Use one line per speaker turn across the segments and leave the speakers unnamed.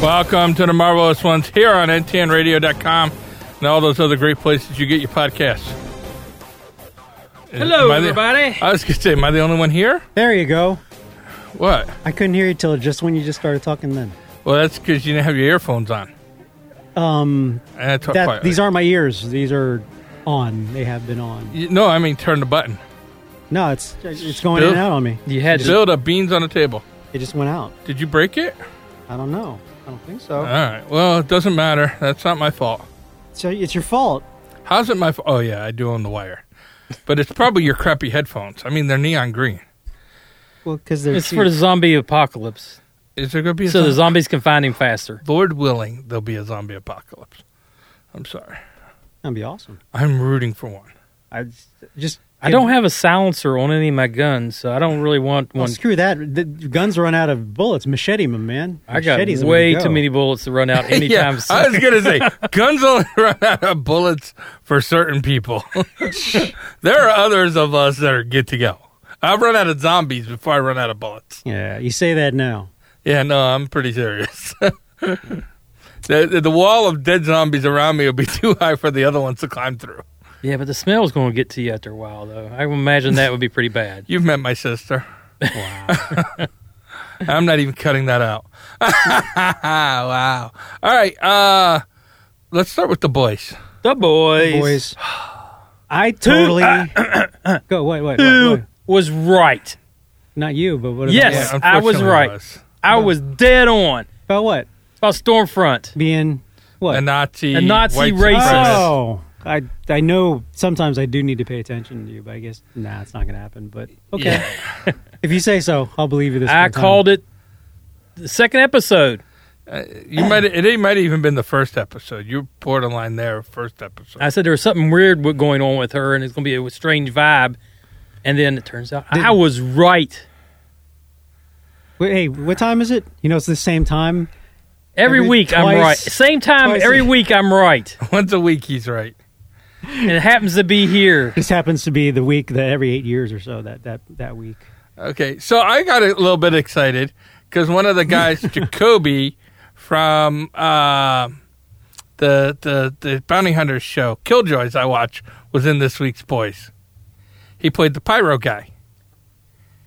welcome to the Marvelous Ones here on ntnradio.com and all those other great places you get your podcasts.
Hello,
Am I the-
everybody.
I was going to say, am I the only one here?
There you go.
What?
I couldn't hear you till just when you just started talking. Then
Well, that's because you didn't have your earphones on.
um,
And I talk
that
quietly.
these aren't my ears. These are on. They have been on.
You- no, I mean turn the button.
No, it's it's going in and out on me.
You had to.
Build up beans on the table.
It just went out.
Did you break it?
I don't know. I don't think so.
All right. Well, it doesn't matter. That's not my fault.
so it's your fault.
How's it my fault? Oh, yeah, I do own the wire. But it's probably your crappy headphones. I mean, they're neon green.
Well, because they're
It's
cheap.
for the zombie apocalypse,
Is there going to be a
so the
zombie?
zombies can find him faster.
Lord willing, there'll be a zombie apocalypse. I'm sorry.
That'd be awesome.
I'm rooting for one.
I just
I don't have a silencer on any of my guns, so I don't really want
Well,
one.
screw that. The guns run out of bullets. Machete, my man.
I got
Machete's the
way
to
too
go.
many bullets to run out anytime
yeah, I
soon.
was going to say, guns only run out of bullets for certain people. there are others of us that are good to go. I've run out of zombies before I run out of bullets.
Yeah, you say that now.
Yeah, no, I'm pretty serious. the, the, the wall of dead zombies around me will be too high for the other ones to climb through.
Yeah, but the smell's going to get to you after a while, though. I would imagine that would be pretty bad.
You've met my sister. Wow. I'm not even cutting that out. wow. All right. Uh, let's start with the boys.
The boys,
Boys, I totally go. Wait, wait, wait, wait.
was right.
Not you, but what? About
Yes.
what?
I was
unfortunately
right. I was dead on
About what?
about Stormfront.
Being what?
A Nazi,
A Nazi
white
racist.
supremacist.
Oh, I I know. Sometimes I do need to pay attention to you, but I guess nah, it's not gonna happen. But okay,
Yeah.
if you say so, I'll believe you. This
I
one time.
called it the second episode.
Uh, You might. It might have even been the first episode. You're borderline there. First episode.
I said there was something weird w- going on with her, and it's going to be a strange vibe. And then it turns out I was right.
Wait, hey, what time is it? You know, it's the same time.
Every,
Every-
week I'm
twice-
right. Same time
twice a-
every week I'm right.
Once a week, he's right.
And it happens to be here.
This happens to be the week that every eight years or so that that that week.
Okay, so I got a little bit excited because one of the guys, Jacoby, from uh, the the the Bounty Hunters show, Killjoys, I watch, was in this week's Boys. He played the pyro guy.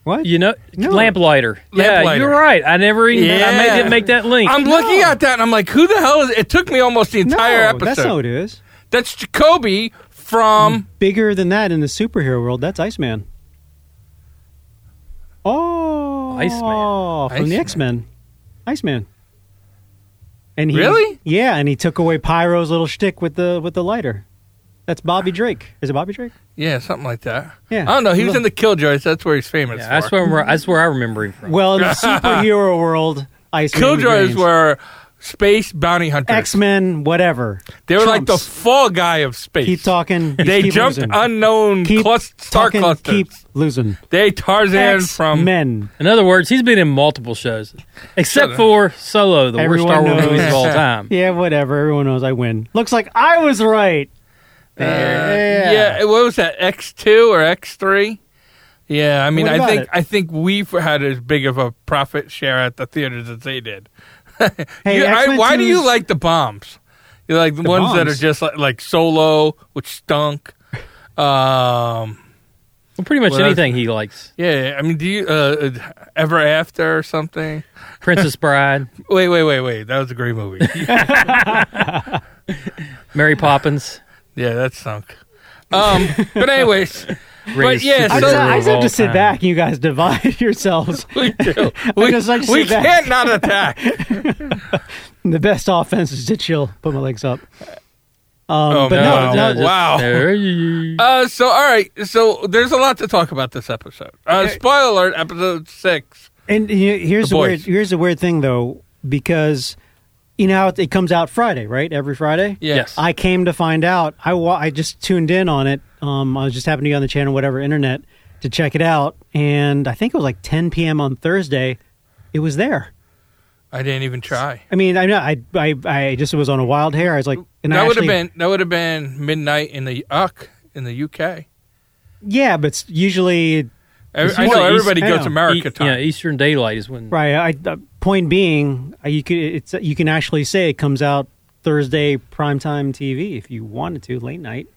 What?
You know,
No.
lamplighter. Yeah,
Lamplighter.
you're right. I never even I
Yeah.
may, didn't make that link.
I'm looking at that and I'm like, who the hell is? It took me almost the
no,
entire episode.
that's not Mm. what it is.
That's Jacoby from.
Bigger than that in the superhero world, that's Iceman. Oh,
Iceman.
from the
Iceman.
X Men, Iceman. And he,
Really?
Yeah, and he took away Pyro's little shtick with the with the lighter. That's Bobby Drake. Is it Bobby Drake?
Yeah, something like that.
Yeah.
I don't know. He was in the Killjoys. That's where he's famous.
Yeah,
for.
that's where I'm, that's where I remember him from.
Well, in the superhero world, Iceman.
Killjoys
reigns.
were space bounty hunters.
X Men, whatever.
They were like the
Trumps.
fall guy of space.
keep talking.
They
keep
jumped
losing.
unknown
Keep
clus- star
talking,
clusters.
Keep losing.
They Tarzan from
men.
In other words, he's been in multiple shows, except for Solo, the worst
Everyone
Star Wars
knows.
movies of all time.
Yeah, whatever. Everyone knows I win. Looks like I was right.
uh, yeah. What was that? X two or X three? Yeah, I mean,
What
I
about
think
it?
I think we've had as big of a profit share at the theaters as they did.
Hey,
You- I-
X-Men
why do you
2's
like the bombs? You like the, ones that are
bombs?
just like, like Solo, which stunk. Um,
Well, pretty much
Well, that's-
anything he likes.
yeah, I mean, do you uh, Ever After or something?
Princess Bride,
Wait, wait, wait, wait. That was a great movie.
Mary Poppins.
yeah, that sunk. Um, but anyways,
greatest
yeah, so-
I
superhero
just, I
of
just have
all
to sit
time.
back. You guys divide yourselves.
we do. We,
just like to
we
sit back.
can't not attack.
the best offense is to chill. Put my legs up. Um,
Oh,
but
no,
no,
no,
no,
just- Wow.
There you-
Uh, so all right, so there's a lot to talk about this episode. Uh, spoiler alert, episode six.
And he- here's
The
the, weird.
boys.
Here's the weird thing though, because you know how it, it comes out Friday, right? Every Friday.
Yeah.
Yes.
I came to find out. I wa- I just tuned in on it. Um, I was just happened to be on the channel, whatever internet, to check it out. And I think it was like 10 p.m. on Thursday. It was there.
I didn't even try.
I mean, I know. I I, I just was on a wild hair. I was like, and I
that would have
actually-
been that would have been midnight in the UK in the UK.
Yeah, but it's usually
Every-
It's
I
more
know
East-
everybody
I
goes
know.
America
E-
time.
Yeah, Eastern Daylight is when.
right. I, point being, uh, you could it's you can actually say it comes out Thursday primetime TV if you wanted to late night,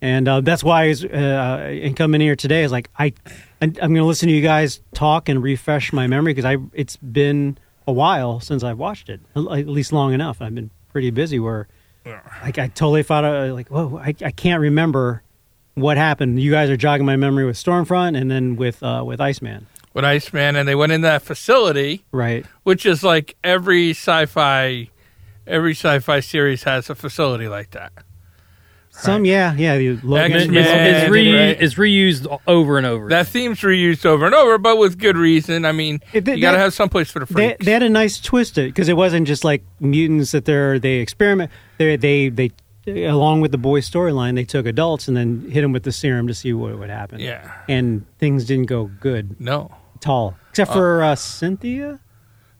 and uh, that's why is, uh, and coming here today is like I I'm going to listen to you guys talk and refresh my memory because I it's been a while since I've watched it at at least long enough. I've been pretty busy where like I totally thought uh, like whoa I I can't remember what happened. You guys are jogging my memory with Stormfront and then with uh, with Iceman,
with Iceman, and they went in that facility,
right?
which is like every sci-fi, every sci-fi series has a facility like that.
Some yeah yeah the Logan,
It's,
X-Men,
it's, it's, re-
right?
it's reused over and over.
That theme's reused over and over, but with good reason. I mean,
It- they-
you got to
they-
have someplace for the
they,
freaks.
they had a nice twist to it because it wasn't just like mutants that they're they experiment they they they along with the boy storyline they took adults and then hit them with the serum to see what would happen
Yeah.
and things didn't go good
no,
at all except for uh, Cynthia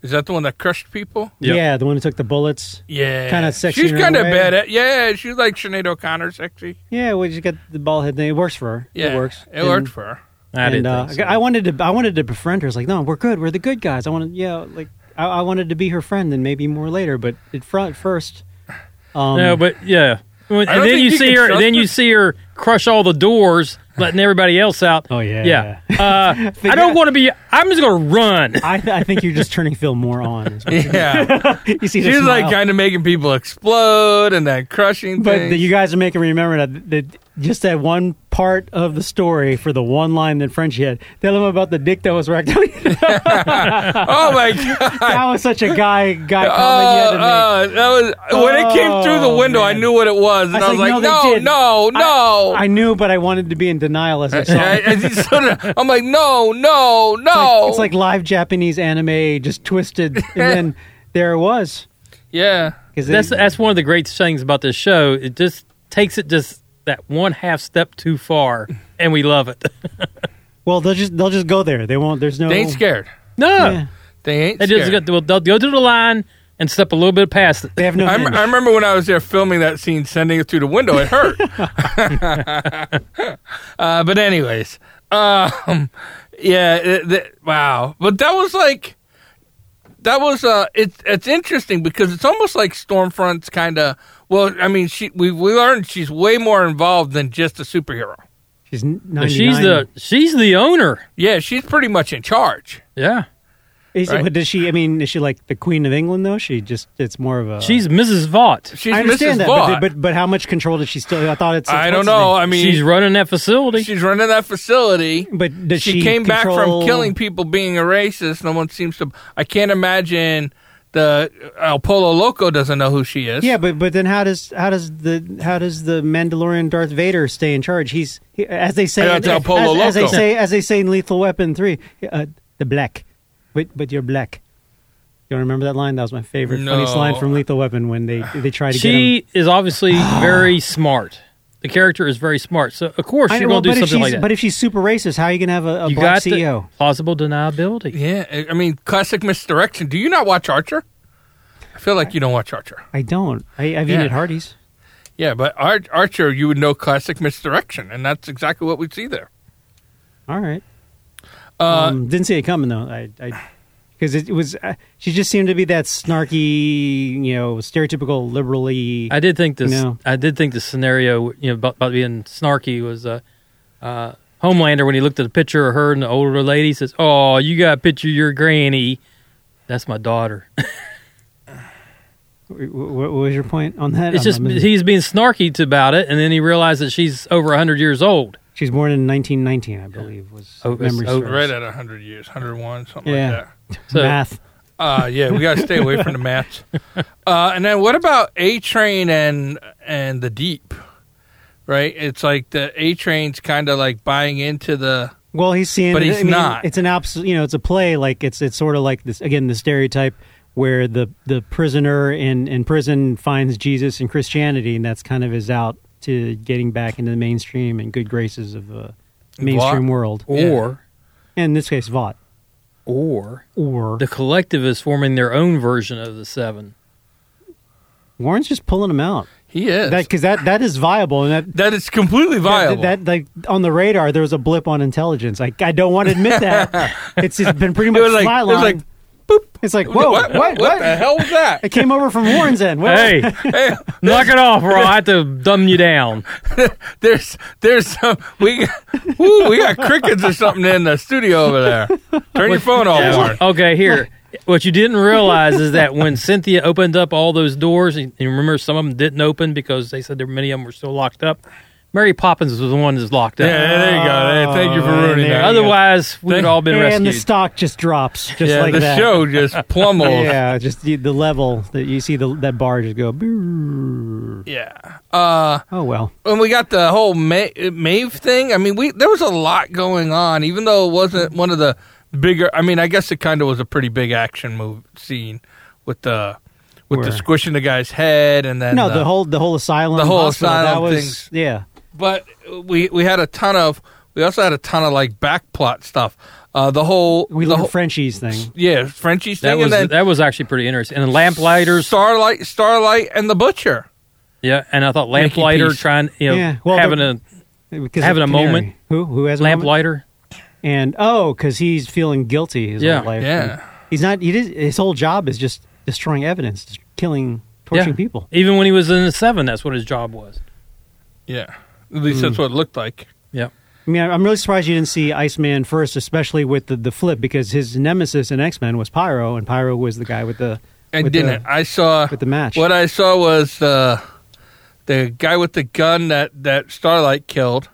is that the one that crushed people?
Yep.
yeah the one who took the bullets
Yeah,
Kinda sexy
She's
in her
kind of
way.
bad at. Yeah, she's like Sinead O'Connor, sexy.
yeah we just got the ball head thing it works for her
Yeah,
it works
It worked
And-
for her.
I
and
didn't
uh,
think so.
I wanted to I wanted to befriend her. It's like, no, we're good. We're the good guys. I wanted, yeah, like I, I wanted to be her friend, and maybe more later. But at front first, um,
no, but yeah.
don't
And then
think
you
you
see
can
her.
trust
Then
her.
you see her crush all the doors, letting everybody else out.
Oh, yeah.
yeah. Uh, I don't want to be. I'm just gonna run.
I, I think you're just turning Phil more on.
Yeah,
you see, the
she's like
smile.
kind of making people explode and then crushing
but
things.
that you guys are making me remember that, that just that one part of the story for the one line that Frenchie had. Tell him about the dick that was wrecked. that
oh my god!
was such a guy guy
Oh,
comment you had to make.
oh, that was when it came through the
Oh,
window. I
man.
knew what it was, and I was, like,
they
"No,
did."
no,
I-
no!"
I knew, but I wanted to be in denial as I saw it.
I, am like, "No, no, no!"
It's like live Japanese anime, just twisted, and then there it was.
yeah,
Because
That's that's one of the great things about this show. It just takes it just that one half step too far, and we love it.
well, they'll just they'll just go there. They won't. There's no.
they ain't scared.
no,
Yeah.
They ain't
they
scared.
just got, they'll, they'll go to the line and step a little bit past it.
They have no.
I,
hinge.
I remember when I was there filming that scene, sending it through the window. It hurt. uh, but anyways, um, yeah, it, th- wow. But that was like that was uh, it's it's interesting because it's almost like Stormfront's kind of well. I mean, she we we learned she's way more involved than just a superhero.
she's ninety-nine.
She's the she's the owner.
Yeah, she's pretty much in charge.
Yeah,
Is,
right?
But does she? I mean, is she like the Queen of England though? She just. It's more of a.
she's Mrs. Vaught.
She's
I
Mrs.
understand that,
Vaught.
But, but but how much control does she still? I thought it's.
I
it's-
don't
what's his
know. I mean,
she's running that facility.
she's running that facility.
name? But does
she,
she,
came back from
control-
killing people being a racist. No one seems to. I can't imagine the uh, El Polo Loco doesn't know who she is.
Yeah, but but then how does how does the how does the Mandalorian Darth Vader stay in charge? He's he, as they say
I
as,
don't tell Polo
as they
Loco.
say as they say in Lethal Weapon three, uh, the black, but but you're black. You don't remember that line? That was my favorite funniest
No.
line from Lethal Weapon when they they try to get him.
she is obviously very smart. The character is very smart. So of course
I
you're
know, well,
going to
but,
do
if
something
she's,
like that.
but if she's super racist, how are you gonna have a, a
you
black E
got
CEO?
the plausible deniability.
yeah. I- I mean, classic misdirection. Do you not watch Archer? I feel like you don't watch Archer.
I don't. I, I've eaten
Yeah.
at Hardee's.
Yeah, but Ar- Archer, you would know classic misdirection, and that's exactly what we see there.
All right.
Uh,
um, didn't see it coming though. I, because it was uh, she just seemed to be that snarky, you know, stereotypical liberally.
I did think this.
No.
I did think the scenario, you know, about, about being snarky was uh, uh, Homelander when he looked at a picture of her and the older lady says, "Oh, you got a picture of your granny." That's my daughter.
Wh- wh- What was your point on that?
It's
I'm
just
not moving.
he's being snarky to about it, and then he realized that she's over hundred years old.
she was born in 1919, I believe. Was
Oh, it's
memory
over.
serves.
right at 100 years, 101, something
Mm. Yeah.
like that.
So-
math.
Uh, yeah, we got to stay away from the maths. Uh, and then what about A Train and and the Deep? Right, it's like the A Train's kind of like buying into the
Well, he's seeing,
But
it.
he's
I mean,
not.
It's an absolute, you know, it's a play. Like it's it's sort of like this again, the stereotype where the the prisoner in in prison finds Jesus and Christianity, and that's kind of his out to getting back into the mainstream and good graces of the mainstream
Vought.
world.
Yeah.
Or,
In this case, Vought
or
or
the collective is forming their own version of the seven.
Warren's just pulling him out
he is
because that, that is viable and that.
that is completely viable.
That, that like on the radar, there was a blip on intelligence. Like I don't want to admit that. it's, it's been pretty
it
much
was like it was
flatlined.
like boop.
It's like, whoa,
what,
what? What?
the hell was that?
It came over from Warren's end. What?
Hey,
Hey,
knock it off, or I have to dumb you down.
there's there's some we got, woo, we got crickets or something in the studio over there. Turn your phone off, Warren.
Okay, here. What you didn't realize is that when Cynthia opened up all those doors, and and remember some of them didn't open because they said there many of them were still locked up. Mary Poppins was the one that's locked up.
Yeah, there you go. Hey, thank you for
Oh,
ruining
there
that.
you go.
Otherwise, we would
Thank-
all been
and the
rescued.
stock just drops, just
yeah,
like
the
that.
show just plummels.
Yeah, just the, the level that you see the that bar just go. "Brrr."
yeah. Uh,
Oh well.
when we got the whole Ma- Maeve thing, I mean, we there was a lot going on, even though it wasn't one of the bigger. I mean, I guess it kind of was a pretty big action move scene with the with the
Where?
squishing the guy's head and then
no, the, whole the whole asylum,
the whole
hospital, that
asylum
was,
things.
yeah.
But we we had a ton of we also had a ton of like back plot stuff. Uh, the whole
We
the
learned
whole,
Frenchie's thing.
yeah Frenchie's
that
thing
was
and then
that was actually pretty interesting. And lamplighters,
Starlight Starlight and the butcher.
yeah. And I thought
Making
lamplighter
peace.
trying, you know,
Yeah, well,
having
the-
a
Because
Having
of
a
Canary.
moment.
Who who has a moment?
lamplighter.
And oh, because he's feeling guilty his
Yeah,
whole life.
yeah.
And He's not. He did, his whole job is just destroying evidence, just killing, torturing
Yeah.
people.
Even when he was in the seven, that's what his job was.
Yeah, at least that's what it looked like.
Yeah,
I mean, I- I'm really surprised you didn't see Iceman first, especially with the, the flip, because his nemesis in X Men was Pyro, and Pyro was the guy with the
I
with
didn't.
the,
I saw
with the match.
What I saw was uh, the guy with the gun that, that Starlight killed.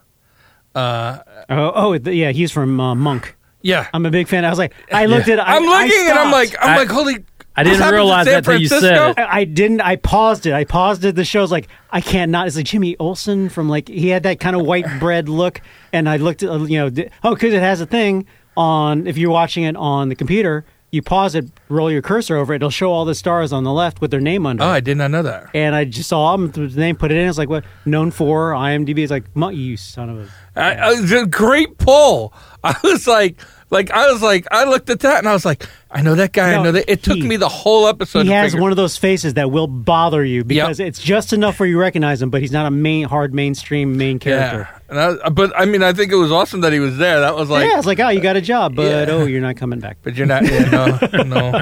Uh,
oh, oh, the, yeah, he's from uh, Monk.
yeah,
I'm a big fan. I was like, I looked at. I,
I'm looking
I
and I'm
stopped.
like, I'm
I-
like, holy!
I
this
didn't
happens in
realize
San
that till you said
Francisco?
it.
I I didn't. I paused it. I paused it. The show's like I can't not. It's like Jimmy Olsen from like he had that kind of white bread look, and I looked at uh, you know di- oh because it has a thing on if you're watching it on the computer, you pause it, roll your cursor over it, it'll show all the stars on the left with their name under.
Oh,
it.
I did not know that.
And I just saw him through his name, put it in. It's like what known for IMDb. It's like "Mu- you son of a.
I, I was a great pull. I was like, like I was like, I looked at that and I was like, I know that guy. I
No,
know that. It took
he-
me the whole episode.
he
to
has
figure-
one of those faces that will bother you because it's just enough where you recognize him, but he's not a main hard mainstream main character.
Yeah, and I, but I mean, I think it was awesome that he was there. That was like,
yeah, it's like, oh, you got a job, but
Yeah.
oh, you're not coming back.
but you're not. Yeah, no, no,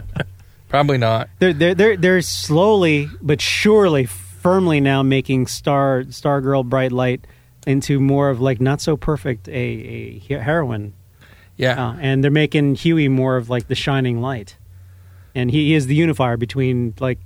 probably not.
They're they're they're, they're slowly but surely, firmly now making Star Star Girl Bright Light into more of like not so perfect a, a he- heroine,
Yeah,
uh, and they're making Huey more of like the shining light, and he is the unifier between like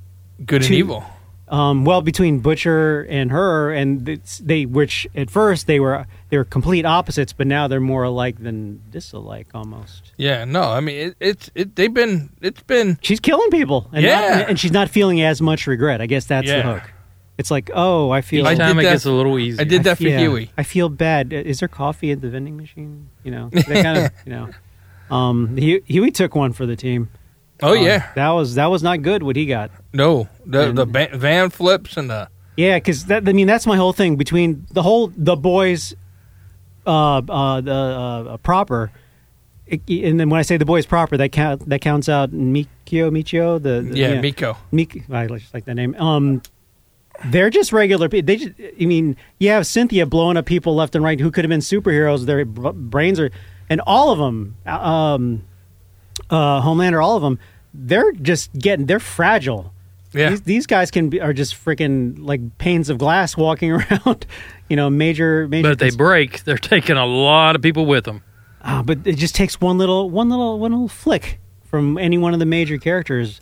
good and
two-
evil.
um, well between Butcher and her, and it's, they which at first they were they were complete opposites, but now they're more alike than disalike almost.
Yeah, no, I mean it, it's it. They've been it's been
she's killing people and
Yeah.
not, and she's not feeling as much regret i guess that's
Yeah.
the hook it's like oh i feel
each
did
time it
that-
gets a little easier.
I did that for
yeah,
Huey.
i feel bad is there coffee at the vending machine you know that kind of you know um Hu- huey took one for the team
Oh
Um,
yeah,
that was that was not good what he got
no, the the
and-
ba- van flips and the
yeah because that i mean that's my whole thing between the whole the boys uh uh the uh, proper it, and then when i say the boys proper that count that counts out mikio michio the, the
yeah,
you know,
Miko.
Meek, I just like that name. Um, they're just regular people. They just, I mean, you have Cynthia blowing up people left and right who could have been superheroes. Their b- brains are, and all of them, um, uh, Homelander, all of them, they're just getting, they're fragile.
Yeah,
These, these guys can be, are just freaking like panes of glass walking around, you know, major, major.
But if they break, they're taking a lot of people with them.
Ah, but it just takes one little, one little, one little flick from any one of the major characters.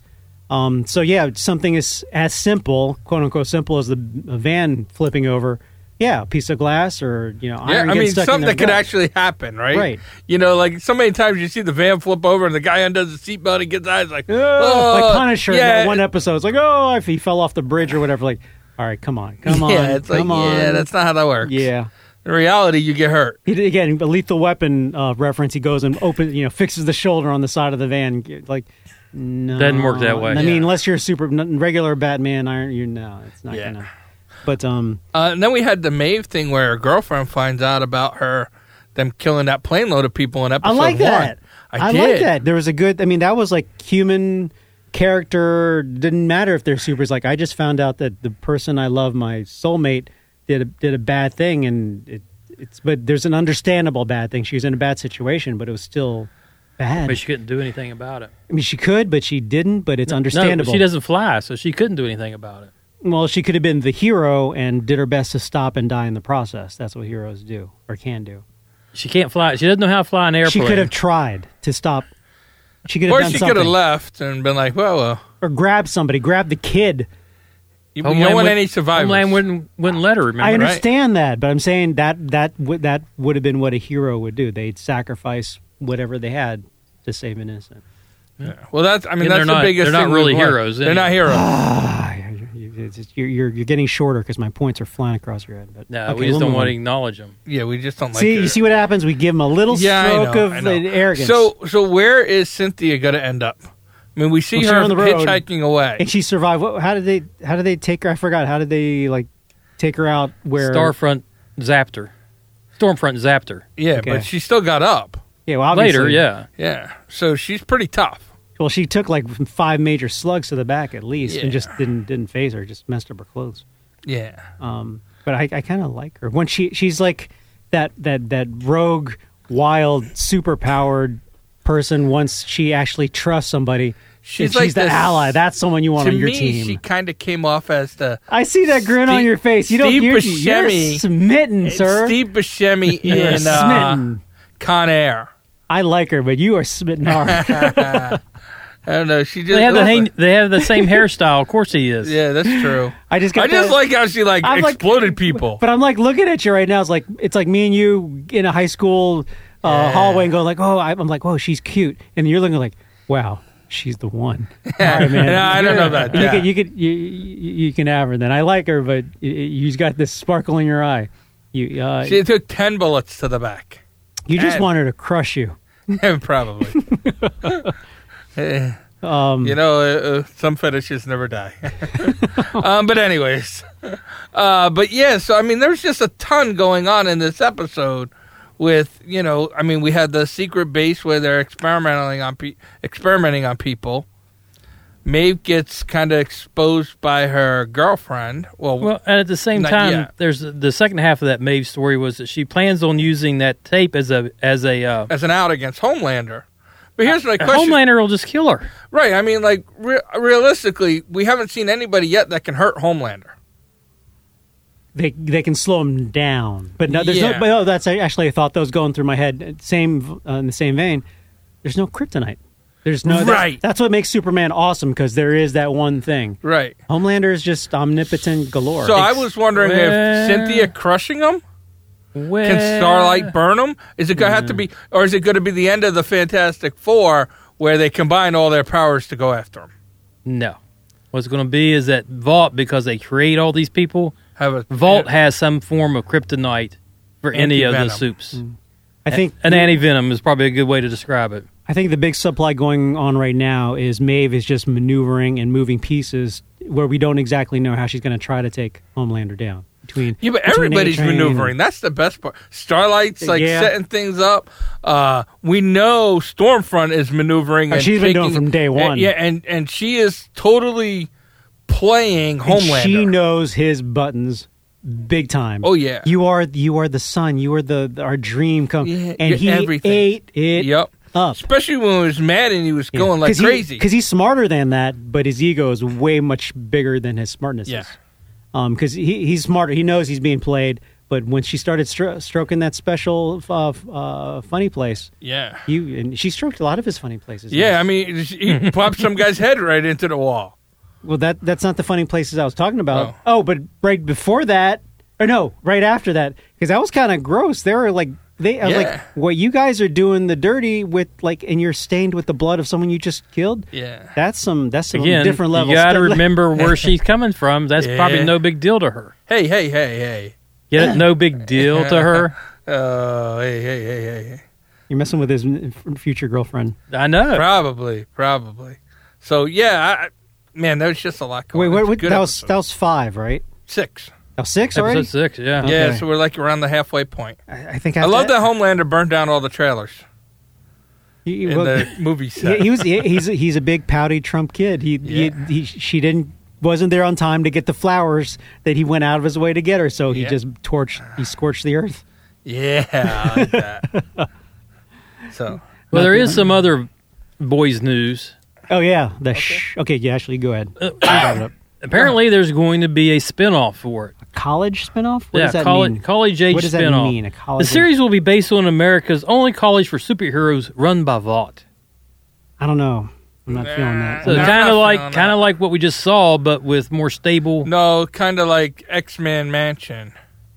Um, so yeah, something is as simple, quote unquote, simple as the van flipping over. Yeah, a piece of glass or you know,
yeah.
iron
I
getting
mean
stuck in
something
their
that could
gut.
actually happen, right?
Right.
You know, like so many times you see the van flip over and the guy undoes the seatbelt and gets out. It's like,
Ugh,
oh,
like Punisher. in
Yeah,
that one episode, it's like oh, if he fell off the bridge or whatever. Like, all right, come on, come on,
yeah. It's like,
come on.
yeah, that's not how that works.
yeah.
In reality, you get hurt.
He did- again, a lethal weapon uh, reference. He goes and opens, you know, fixes the shoulder on the side of the van. Get- Like, no,
Doesn't work that way.
I mean,
Yeah.
unless you're super n- regular Batman, Iron, you're no, it's not
Yeah.
gonna. But um,
Uh, and then we had the Maeve thing where her girlfriend finds out about her them killing that plane load of people in episode
I like
one.
that.
I, did.
like that. There was a good. I mean, that was like human character. Didn't matter if they're supers. Like, I just found out that the person I love, my soulmate, did a, did a bad thing, and it, it's. But there's an understandable bad thing. She was in a bad situation, but it was still bad.
but she couldn't do anything about it.
I mean, she could, but she didn't. But it's
No,
understandable.
she doesn't fly, so she couldn't do anything about it.
Well, she could have been the hero and did her best to stop and die in the process. That's what heroes do or can do.
She can't fly. She doesn't know how to fly an airplane.
She could have tried to stop. She could have
Or
done
she could
something.
have left and been like, well, well,
or grabbed somebody, grabbed the kid.
you we
Homeland
don't want
would-
any survivors.
Homeland wouldn't wouldn't let her. Remember,
I
right?
understand that, but I'm saying that that would that would have been what a hero would do. They'd sacrifice whatever they had to save an innocent.
Yeah. Well, that's I mean
And
that's
they're
the
not-
biggest.
they're not
thing
really
we've learned.
heroes,
They're
anyway.
not heroes.
Ah, you- you- it's- you're, you're you're getting shorter because my points are flying across your head. But
No,
okay,
we just
we'll
don't
move
want to
on.
acknowledge them.
yeah, we just don't like.
See, you
heroes.
see what happens. We give them a little
yeah, I
stroke
know,
of
I know.
uh, arrogance.
So, so where is Cynthia going to end up? I mean, we see
Well, she's
her
on the road.
hitchhiking away.
and she survived. What, how did they? How did they take her? I forgot. How did they like take her out? Where?
Starfront zapped her. Stormfront zapped her.
yeah,
Okay.
but she still got up.
yeah, well, obviously,
Later, yeah.
Yeah, so she's pretty tough.
Well, she took like five major slugs to the back at least,
Yeah.
and just didn't didn't phase her. Just messed up her clothes.
Yeah,
Um, but I, I kind of like her when she she's like that that that rogue, wild, super powered person. Once she actually trusts somebody,
She's
she's,
like
she's the
this-
ally. That's someone you want
to
on your
me,
team.
she kind of came off as the
I see that grin on
Steve-
your face. You don't.
Steve
You're,
Buscemi-
you're smitten, sir.
Steve Buscemi
You're
in uh,
smitten.
Con Air.
I like her, but you are smitten hard.
I don't know. She just
They have the
it was
hang,
like-
they have the same hairstyle. Of course he is.
yeah, that's true.
I just got
I just
that-
like how she like
I'm like-
exploded people.
But I'm like looking at you right now. It's like it's like me and you in a high school uh, hallway and going like, oh, I- I'm like, oh, she's cute, and you're looking like, wow, she's the one. All right, man.
No, I don't know about
you
that.
Could, you could you, you you can have her then. I like her, but y- y- you've got this sparkle in your eye. You uh,
she took ten bullets to the back.
you just
had-
want her to crush you.
Yeah, probably. Eh,
Um,
you know, uh, uh, some fetishes never die. um, but anyways, uh, but yeah. So I mean, there's just a ton going on in this episode. With you know, I mean, we had the secret base where they're experimenting on pe- experimenting on people. Maeve gets kind of exposed by her girlfriend. Well,
Well, and at the same
Not
time,
yet.
there's the second half of that Maeve story was that she plans on using that tape as a as a uh,
as an out against Homelander. But here's my question.
Homelander will just kill her.
Right. I mean, like re- realistically, we haven't seen anybody yet that can hurt Homelander.
they they can slow him down. But no, there's
Yeah.
no. But oh, that's actually a thought that was going through my head. Same uh, in the same vein. There's no kryptonite. There's no that's-
Right.
That's what makes Superman awesome because there is that one thing.
Right.
Homelander is just omnipotent galore.
So I was wondering if
Well-
Cynthia crushing him
Well, Mm-hmm.
can Starlight burn him? Is it gonna have to be, or is it going to be the end of the Fantastic Four where they combine all their powers to go after him?
No. What's going to be is that Vault because they create all these people.
Have a
Vault has some form of kryptonite for any of the
Anti-venom.
soups.
Mm.
I think
An anti venom is probably a good way to describe it.
I think the big subplot going on right now is Maeve is just maneuvering and moving pieces where we don't exactly know how she's going to try to take Homelander down. Between
Yeah, but
between
everybody's
A-Train and-
maneuvering. That's the best part. Starlight's like
Yeah.
setting things up. Uh, we know Stormfront is maneuvering.
Oh,
and
she's been doing
taking-
from day
and-
one.
yeah, and and she is totally playing
And
Homelander.
She knows his buttons big time.
Oh, yeah.
You are you are the sun. You are the, the- our dream come.
Yeah,
and
yeah,
he
everything.
ate it
Yep.
up.
Especially when he was mad and he was going like crazy.
because he's smarter than that, but his ego is way much bigger than his smartness.
Yeah.
because he he's smarter. He knows he's being played. But when she started stro- stroking that special uh, f- uh, funny place,
yeah.
you and she stroked a lot of his funny places.
Yeah, I mean, he popped some guy's head right into the wall.
Well, that that's not the funny places I was talking about.
Oh.
Oh, but right before that, or no, right after that, because that was kind of gross. They were like, they, I was
Yeah.
like, what you guys are doing the dirty with, like, and you're stained with the blood of someone you just killed.
Yeah.
That's some that's some
Again,
different level.
you got to
stuff.
remember where she's coming from. That's probably
Yeah.
no big deal to her.
Hey, hey, hey, hey.
Get it? No big deal to her.
Oh, hey, hey, hey, hey, hey.
You're messing with his n- f- future girlfriend.
I know.
Probably, probably. So yeah, I, I- man, there's just a lot
Wait,
going.
what,
It's a
what,
good
that was
episode.
that was five, right?
six.
That was six
Episode
already.
six, yeah.
Okay.
Yeah, so we're like around the halfway point.
I, I think
I love that
whole.
Homelander burned down all the trailers
He,
in
well,
the movie
he,
set.
he was he- he's he's a big pouty Trump kid. He,
Yeah.
he, he she didn't wasn't there on time to get the flowers that he went out of his way to get her. So he
Yeah.
just torched he scorched the earth.
yeah, I like that. So
But Well,
Not
there
the
is some other boys news.
Oh yeah, the okay. shh. Okay, yeah, Ashley, go ahead.
Uh,
You brought it up.
Uh-huh.
Apparently, there's going to be a spinoff for it.
College spinoff? What does that
college,
mean?
college age
what does
spinoff.
that mean? A
The
college?
series will be based on America's only college for superheroes, run by Vought.
I don't know. I'm not feeling that.
So
Nah,
kind of
no,
like
no.
kind of like what we just saw, but with more stable.
No, kind of like X Men Mansion,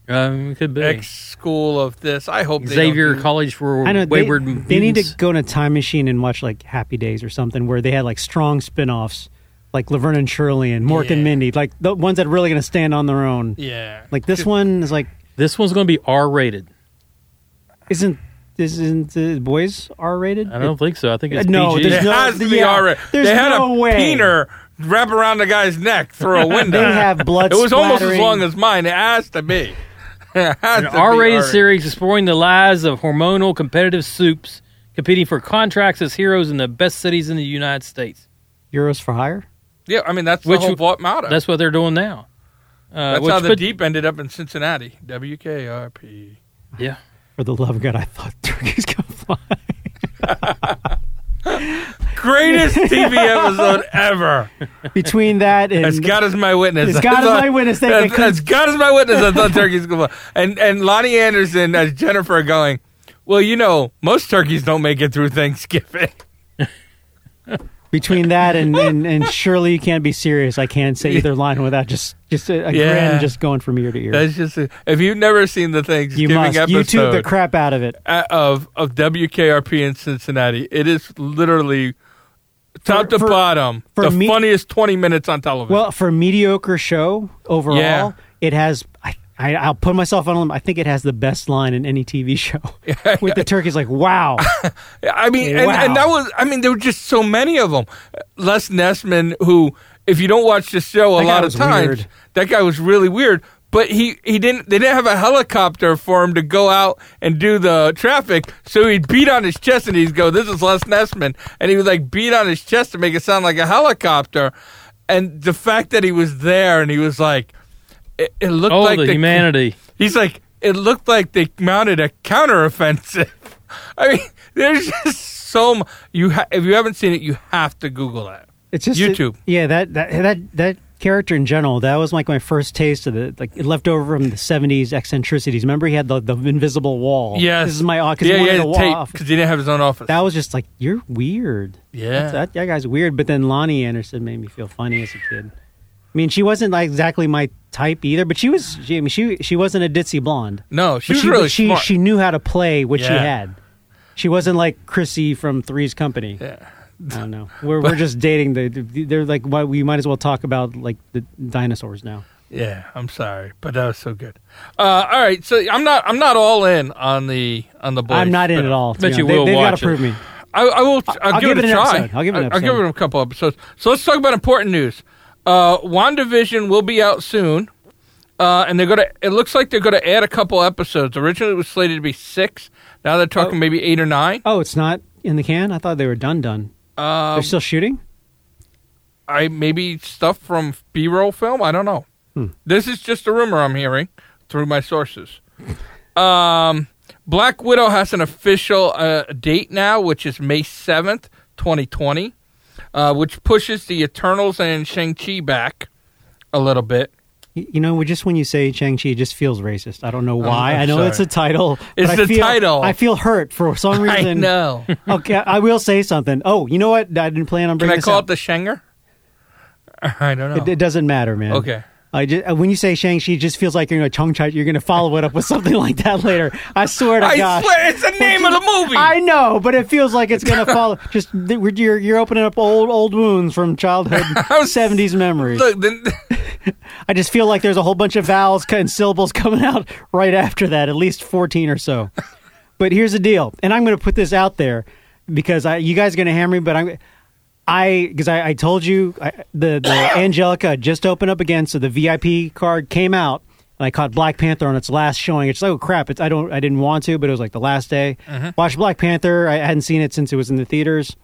Um, could be
X School of this. I hope they don't
Xavier
do-
College for
I know they,
Wayward.
they need
Mutants.
to go in a time machine and watch like Happy Days or something where they had like strong spin-offs like Laverne and Shirley and Mork
Yeah.
and Mindy, like the ones that are really going to stand on their own.
Yeah,
Like this one is like
This one's going to be R rated.
isn't isn't the boys R-rated?
I don't think so. I think it's
uh, No,
PG.
It
there's no-
has to be
yeah,
already.
there's
they had
no
a
way.
peener wrap around the guy's neck through a window.
They have blood
It was almost as
splattering.
long as mine. It has to be. It has
An
to be
R-rated
R-rated.
series exploring the lives of hormonal competitive soups competing for contracts as heroes in the best cities in the United States.
Euros for hire?
Yeah, I mean that's
Which
the whole
w-
plot motto.
That's what they're doing now. Uh,
That's
which
how the
put-
deep ended up in Cincinnati. WKRP.
Yeah,
For the love of God, I thought turkeys go fly.
Greatest TV episode ever.
Between that and
As God is my witness.
As God is my witness, they- they
As, as God is my witness, I thought turkeys could fly. And and Lonnie Anderson as Jennifer are going. Well, you know, most turkeys don't make it through Thanksgiving.
between that and, and and surely you can't be serious. I can't say either line without just just a, a
Yeah.
grin just going from ear to ear.
That's just if you've never seen the
you
Thanksgiving
must
episode
YouTube the crap out of it.
uh, of of WKRP in Cincinnati, it is literally top
For-
to
for-
bottom
for
the
me-
funniest twenty minutes on television.
Well, for a mediocre show overall,
Yeah.
it has. I, I, I'll put myself on a limb. I think it has the best line in any TV show. With the turkeys, like wow,
I mean, and,
Wow.
and that was I mean there were just so many of them. Les Nessman, who if you don't watch the show a
That guy
lot of
was
times,
weird.
that guy was really weird. But he, he didn't they didn't have a helicopter for him to go out and do the traffic, so he'd beat on his chest and he'd go, "This is Les Nessman," and he would like beat on his chest to make it sound like a helicopter. And the fact that he was there and he was like, it, it looked
oh
like
the
the-
humanity.
He's like, it looked like they mounted a counteroffensive. I mean, there's just so much. You ha- if you haven't seen it, you have to Google that.
it's just
YouTube.
yeah, that that that that character in general. That was like my first taste of it. Like it left over from the '70s eccentricities. Remember, he had the, the invisible wall.
Yes,
this is my uh, office.
yeah, yeah,
the wall off.
because he didn't have his own office.
That was just like you're weird.
yeah,
That, that guy's weird. But then Lonnie Anderson made me feel funny as a kid. I mean, she wasn't like exactly my type either, but she was. She, I mean, she she wasn't a ditzy blonde.
no, she
but
was
she,
really
but she,
smart.
she knew how to play what she
Yeah.
had. She wasn't like Chrissy from Three's Company.
yeah.
I don't know. We're we're just dating the. the- They're like why we might as well talk about like the dinosaurs now.
Yeah, I'm sorry, but that was so good. Uh, all right, so I'm not I'm not all in on the on the boys.
I'm not in
but
at all. to
Bet
be
you
honest.
will
they, have
watch
to prove
it.
me.
I, I will. I'll,
I'll
give,
give
it
it
a
an
try.
episode. I'll give it an
I'll give
episode.
it a couple episodes. So let's talk about important news. Uh, WandaVision will be out soon, uh, and they're gonna. It looks like they're gonna add a couple episodes. Originally, it was slated to be six. Now they're talking maybe eight or nine.
Oh, it's not in the can. I thought they were done. Done.
Uh,
they're still shooting.
I maybe stuff from B-roll film. I don't know. This is just a rumor I'm hearing through my sources. um, Black Widow has an official uh, date now, which is May seventh, twenty twenty, uh, which pushes the Eternals and Shang Chi back a little bit.
Y- You know, just when you say Chang Chi, it just feels racist. I don't know why.
Oh, I'm
I know
sorry.
it's a title.
It's
but I
the
feel-
title.
I feel hurt for some reason.
I know.
Okay, I will say something. Oh, you know what? I didn't plan on
Can
bringing
I
this
call
up.
it the Shanger? I don't know.
It, it doesn't matter, man.
Okay.
I ju- uh, when you say Shang Chi, it just feels like you're going to Chung Chai. You're going to follow it up with something like that later. I swear to
I
gosh.
swear it's the name of the movie.
I know, but it feels like it's going to follow. Just th- we're- you're you're opening up old old wounds from childhood
was-
'70s memories.
Look, the,
I just feel like there's a whole bunch of vowels and syllables coming out right after that, at least 14 or so. But here's the deal, and I'm going to put this out there because I, you guys are going to hammer me, but I'm. I because I, I told you I, the the Angelica just opened up again, so the VIP card came out, and I caught Black Panther on its last showing. It's like oh crap! It's I don't I didn't want to, but it was like the last day.
Mm-hmm.
Watched Black Panther. I hadn't seen it since it was in the theaters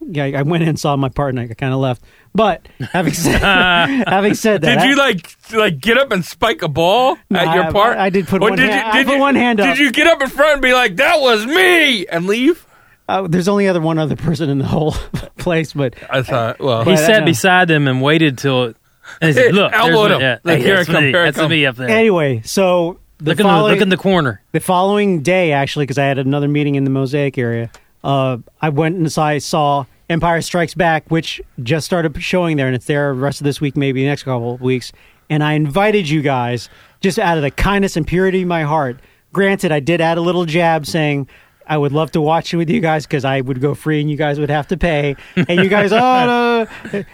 yeah, I I went in and saw my partner. I kind of left. But having said having said that,
Did you
I-
like like get up and spike a ball
No,
at your
I-
part?
I did put one hand- I put one hand
did
up.
you get up in front and be like, "That was me," and leave?
Uh, there's only other one other person in the whole place, but
I thought, well,
He
Right, I
sat
know.
beside them and waited till. it- And he
Hey,
said, "Look, there's
elbowed
my-
him.
yeah,
Like,
hey,
here
that's
it come,
me.
here it
That's
come.
me up there.
anyway, so the
look, in the,
following,
look in the corner.
the following day, actually, because I had another meeting in the Mosaic area, uh, I went and saw, saw Empire Strikes Back, which just started showing there, and it's there the rest of this week, maybe the next couple of weeks. And I invited you guys just out of the kindness and purity of my heart. Granted, I did add a little jab saying, I would love to watch it with you guys because I would go free and you guys would have to pay. And you guys, oh, no. You-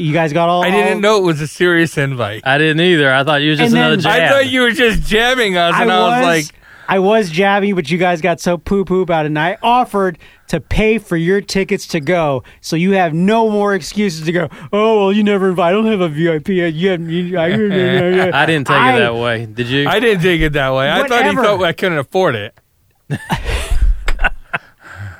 you guys got all.
I didn't
all-
know it was a serious invite.
I didn't either. I thought you were just
And
another
then-
jab.
I thought you were just jamming us, and I was, like,
I was jabbing, but you guys got so poo poo about it. And I offered to pay for your tickets to go, so you have no more excuses to go. Oh well, you never invite. I don't have a VIP. You have, you, I,
I didn't take
I-
it that way. Did you?
I didn't take it that way. I thought he
Whatever.
thought I couldn't afford it.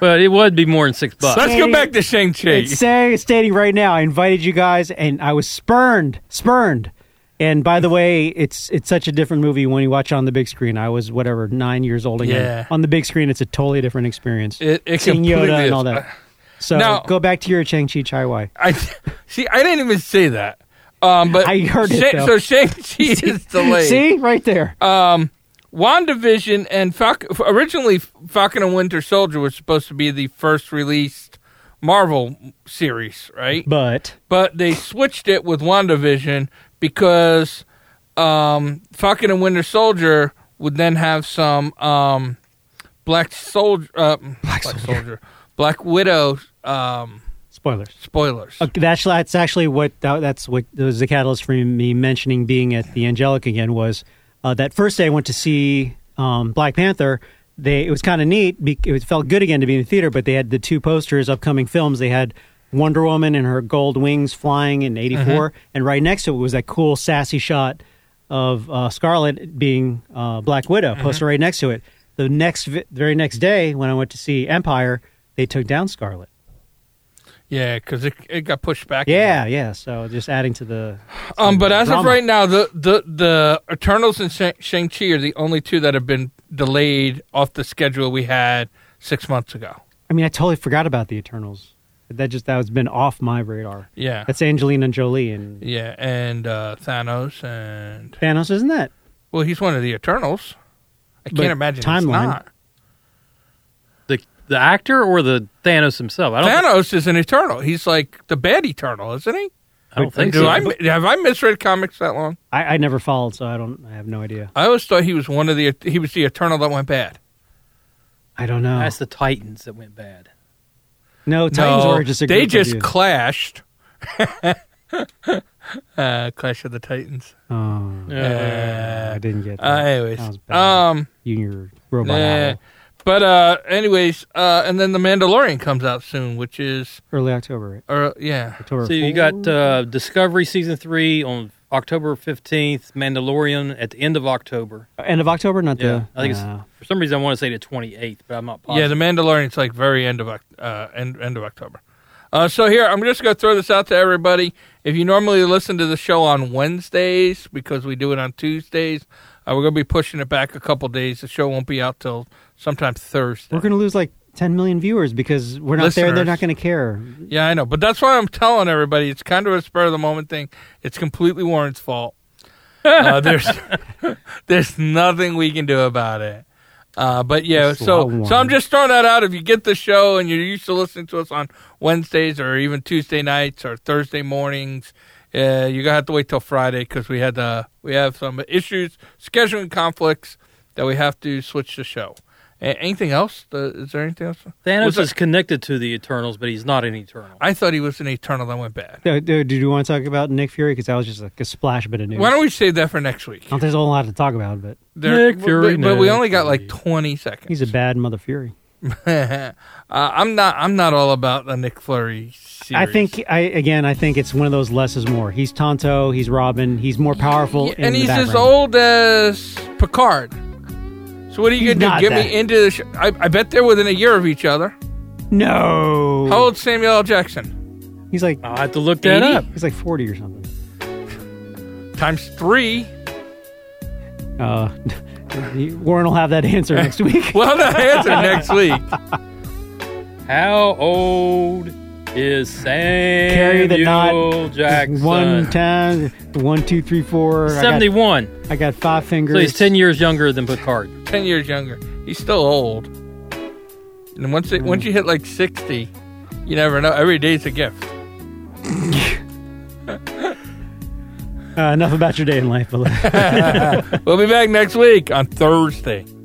well, it would be more than six bucks.
Let's go back to Shang Chi.
It's say, stating right now, I invited you guys, and I was spurned, spurned. And by the way, it's it's such a different movie when you watch it on the big screen. I was whatever nine years old again.
Yeah.
On the big screen, it's a totally different experience.
It, it
Seeing
completely
Yoda
is-
and all that. So
Now-
go back to your Chang Chi Chai Wai.
I see. I didn't even say that. Um, but
I heard it,
Shang- So
though.
Shang Chi is delayed.
See right there.
Um, WandaVision and Falcon. Originally, Falcon and Winter Soldier was supposed to be the first released Marvel series, right?
but
but they switched it with WandaVision because um, Falcon and Winter Soldier would then have some um, Black Soldier, uh, Black, Soldier. Black Widow um,
spoilers.
spoilers.
Okay, Uh, that's that's actually what that, that's what that was the catalyst for me mentioning being at the Angelic again was uh, that first day I went to see um, Black Panther. They it was kind of neat. Be, it felt good again to be in the theater, but they had the two posters upcoming films. They had Wonder Woman and her gold wings flying in '84, and right next to it was that cool sassy shot of uh, Scarlet being uh, Black Widow posted right next to it. The next vi- the very next day when I went to see Empire, they took down Scarlet.
Yeah, because it, it got pushed back.
Yeah, yeah. So just adding to the
Um, but as of
Drama.
right now, the the the Eternals and Shang- Shang-Chi are the only two that have been delayed off the schedule we had six months ago.
I mean, I totally forgot about the Eternals. That just that was been off my radar.
Yeah.
That's Angelina Jolie and
yeah, and uh, Thanos and
Thanos, isn't that?
Well, he's one of the Eternals. I
But
can't imagine he's
timeline.
not.
the the actor or the Thanos himself? I don't.
Thanos is an Eternal. He's like the bad Eternal, isn't he?
I don't think
Do
so.
I have I misread comics that long?
I, I never followed, so I don't. I have no idea.
I always thought he was one of the he was the Eternal that went bad.
I don't know.
That's the Titans that went bad.
no, Titans
no,
were just a
they
group
just
Of dudes.
clashed. uh, Clash of the Titans.
oh,
Yeah.
I didn't get. That.
Uh, anyways,
that was bad.
um,
you and your robot.
eh,
owl.
but uh, anyways, uh, and then the Mandalorian comes out soon, which is
Early October, right?
or yeah,
October.
So you
four?
got uh, Discovery season three on October fifteenth. Mandalorian at the end of October.
end of October, not
Yeah,
the.
I think
uh,
it's for some reason I want to say the twenty eighth, but I'm not positive.
Yeah, the Mandalorian's like very end of Oc- uh, end end of October. Uh, so here, I'm just going to throw this out to everybody. If you normally listen to the show on Wednesdays because we do it on Tuesdays, uh, we're going to be pushing it back a couple days. The show won't be out till sometime Thursday.
we're going to lose like 10 million viewers because we're not there. They're
Listeners.
not going to care.
yeah, I know, but that's why I'm telling everybody it's kind of a spur of the moment thing. It's completely Warren's fault. uh, there's there's nothing we can do about it. Uh, but yeah,
It's a lot,
so
Warren.
so I'm just throwing that out. If you get the show and you're used to listening to us on Wednesdays or even Tuesday nights or Thursday mornings, uh, you're gonna have to wait till Friday because we had uh, we have some issues, scheduling conflicts that we have to switch the show. A- anything else? The, is there anything else?
Thanos
Was it-
is connected to the Eternals, but he's not an Eternal.
I thought he was an eternal that went bad.
Do, Uh, do, do you want to talk about Nick Fury? Because that was just like a splash bit of news.
Why don't we save that for next week?
I don't think there's a whole lot to talk about, but
There-
Nick Fury,
but, but we
Nick
only got like
Fury.
20 seconds.
he's a bad mother Fury.
uh, I'm not. I'm not all about the Nick Flurry.
I
Series.
think I again. I think it's one of those less is more. He's Tonto. He's Robin. He's more powerful.
Yeah,
in
and
the
he's as
background.
old as Picard. So what are you
He's
gonna
not
do? Get
that.
me into the? Sh- I, I bet they're within a year of each other.
No.
How old Samuel L. Jackson?
He's like
I'll have to look that
80?
up.
He's like forty or something.
Times three.
Uh, Warren will have that answer next week.
Well, the answer next week.
How old is Samuel
Carry the knot.
Jackson?
One time, one, two, three, four. I got,
71.
I got five fingers.
So he's 10 years younger than Picard.
Ten years younger. He's still old. And once it, once you hit like sixty, you never know. Every day's a gift.
Uh, enough about your day in life, but
We'll be back next week on Thursday.